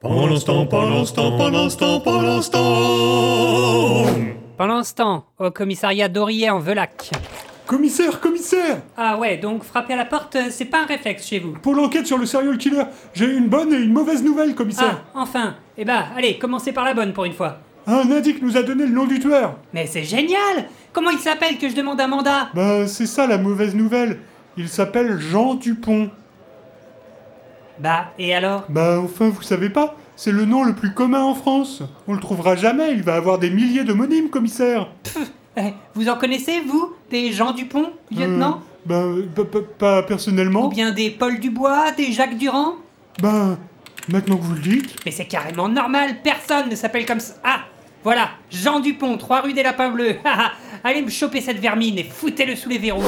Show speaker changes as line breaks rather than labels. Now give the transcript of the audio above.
Pendant ce temps, pendant ce temps, pendant ce temps, pendant ce temps
Pendant ce temps, au commissariat d'Aurier en Velac.
Commissaire, commissaire
Ah ouais, donc frapper à la porte, euh, c'est pas un réflexe chez vous.
Pour l'enquête sur le serial killer, j'ai une bonne et une mauvaise nouvelle,
Ah,
commissaire.
enfin Eh bah, allez, commencez par la bonne pour une fois.
Un indique nous a donné le nom du tueur.
Mais c'est génial Comment il s'appelle que je demande un mandat
Bah, c'est ça la mauvaise nouvelle. Il s'appelle Jean Dupont.
Bah, et alors
Bah, enfin, vous savez pas, c'est le nom le plus commun en France. On le trouvera jamais, il va avoir des milliers d'homonymes, commissaire.
Eh, Vous en connaissez, vous Des Jean Dupont, lieutenant
Euh, bah, pa- pa- pas personnellement.
Ou bien des Paul Dubois, des Jacques Durand
Bah, maintenant que vous le dites.
Mais c'est carrément normal, personne ne s'appelle comme ça. Ah Voilà, Jean Dupont, 3 rue des Lapins Bleus. Ah, ah, Allez me choper cette vermine et foutez-le sous les verrous.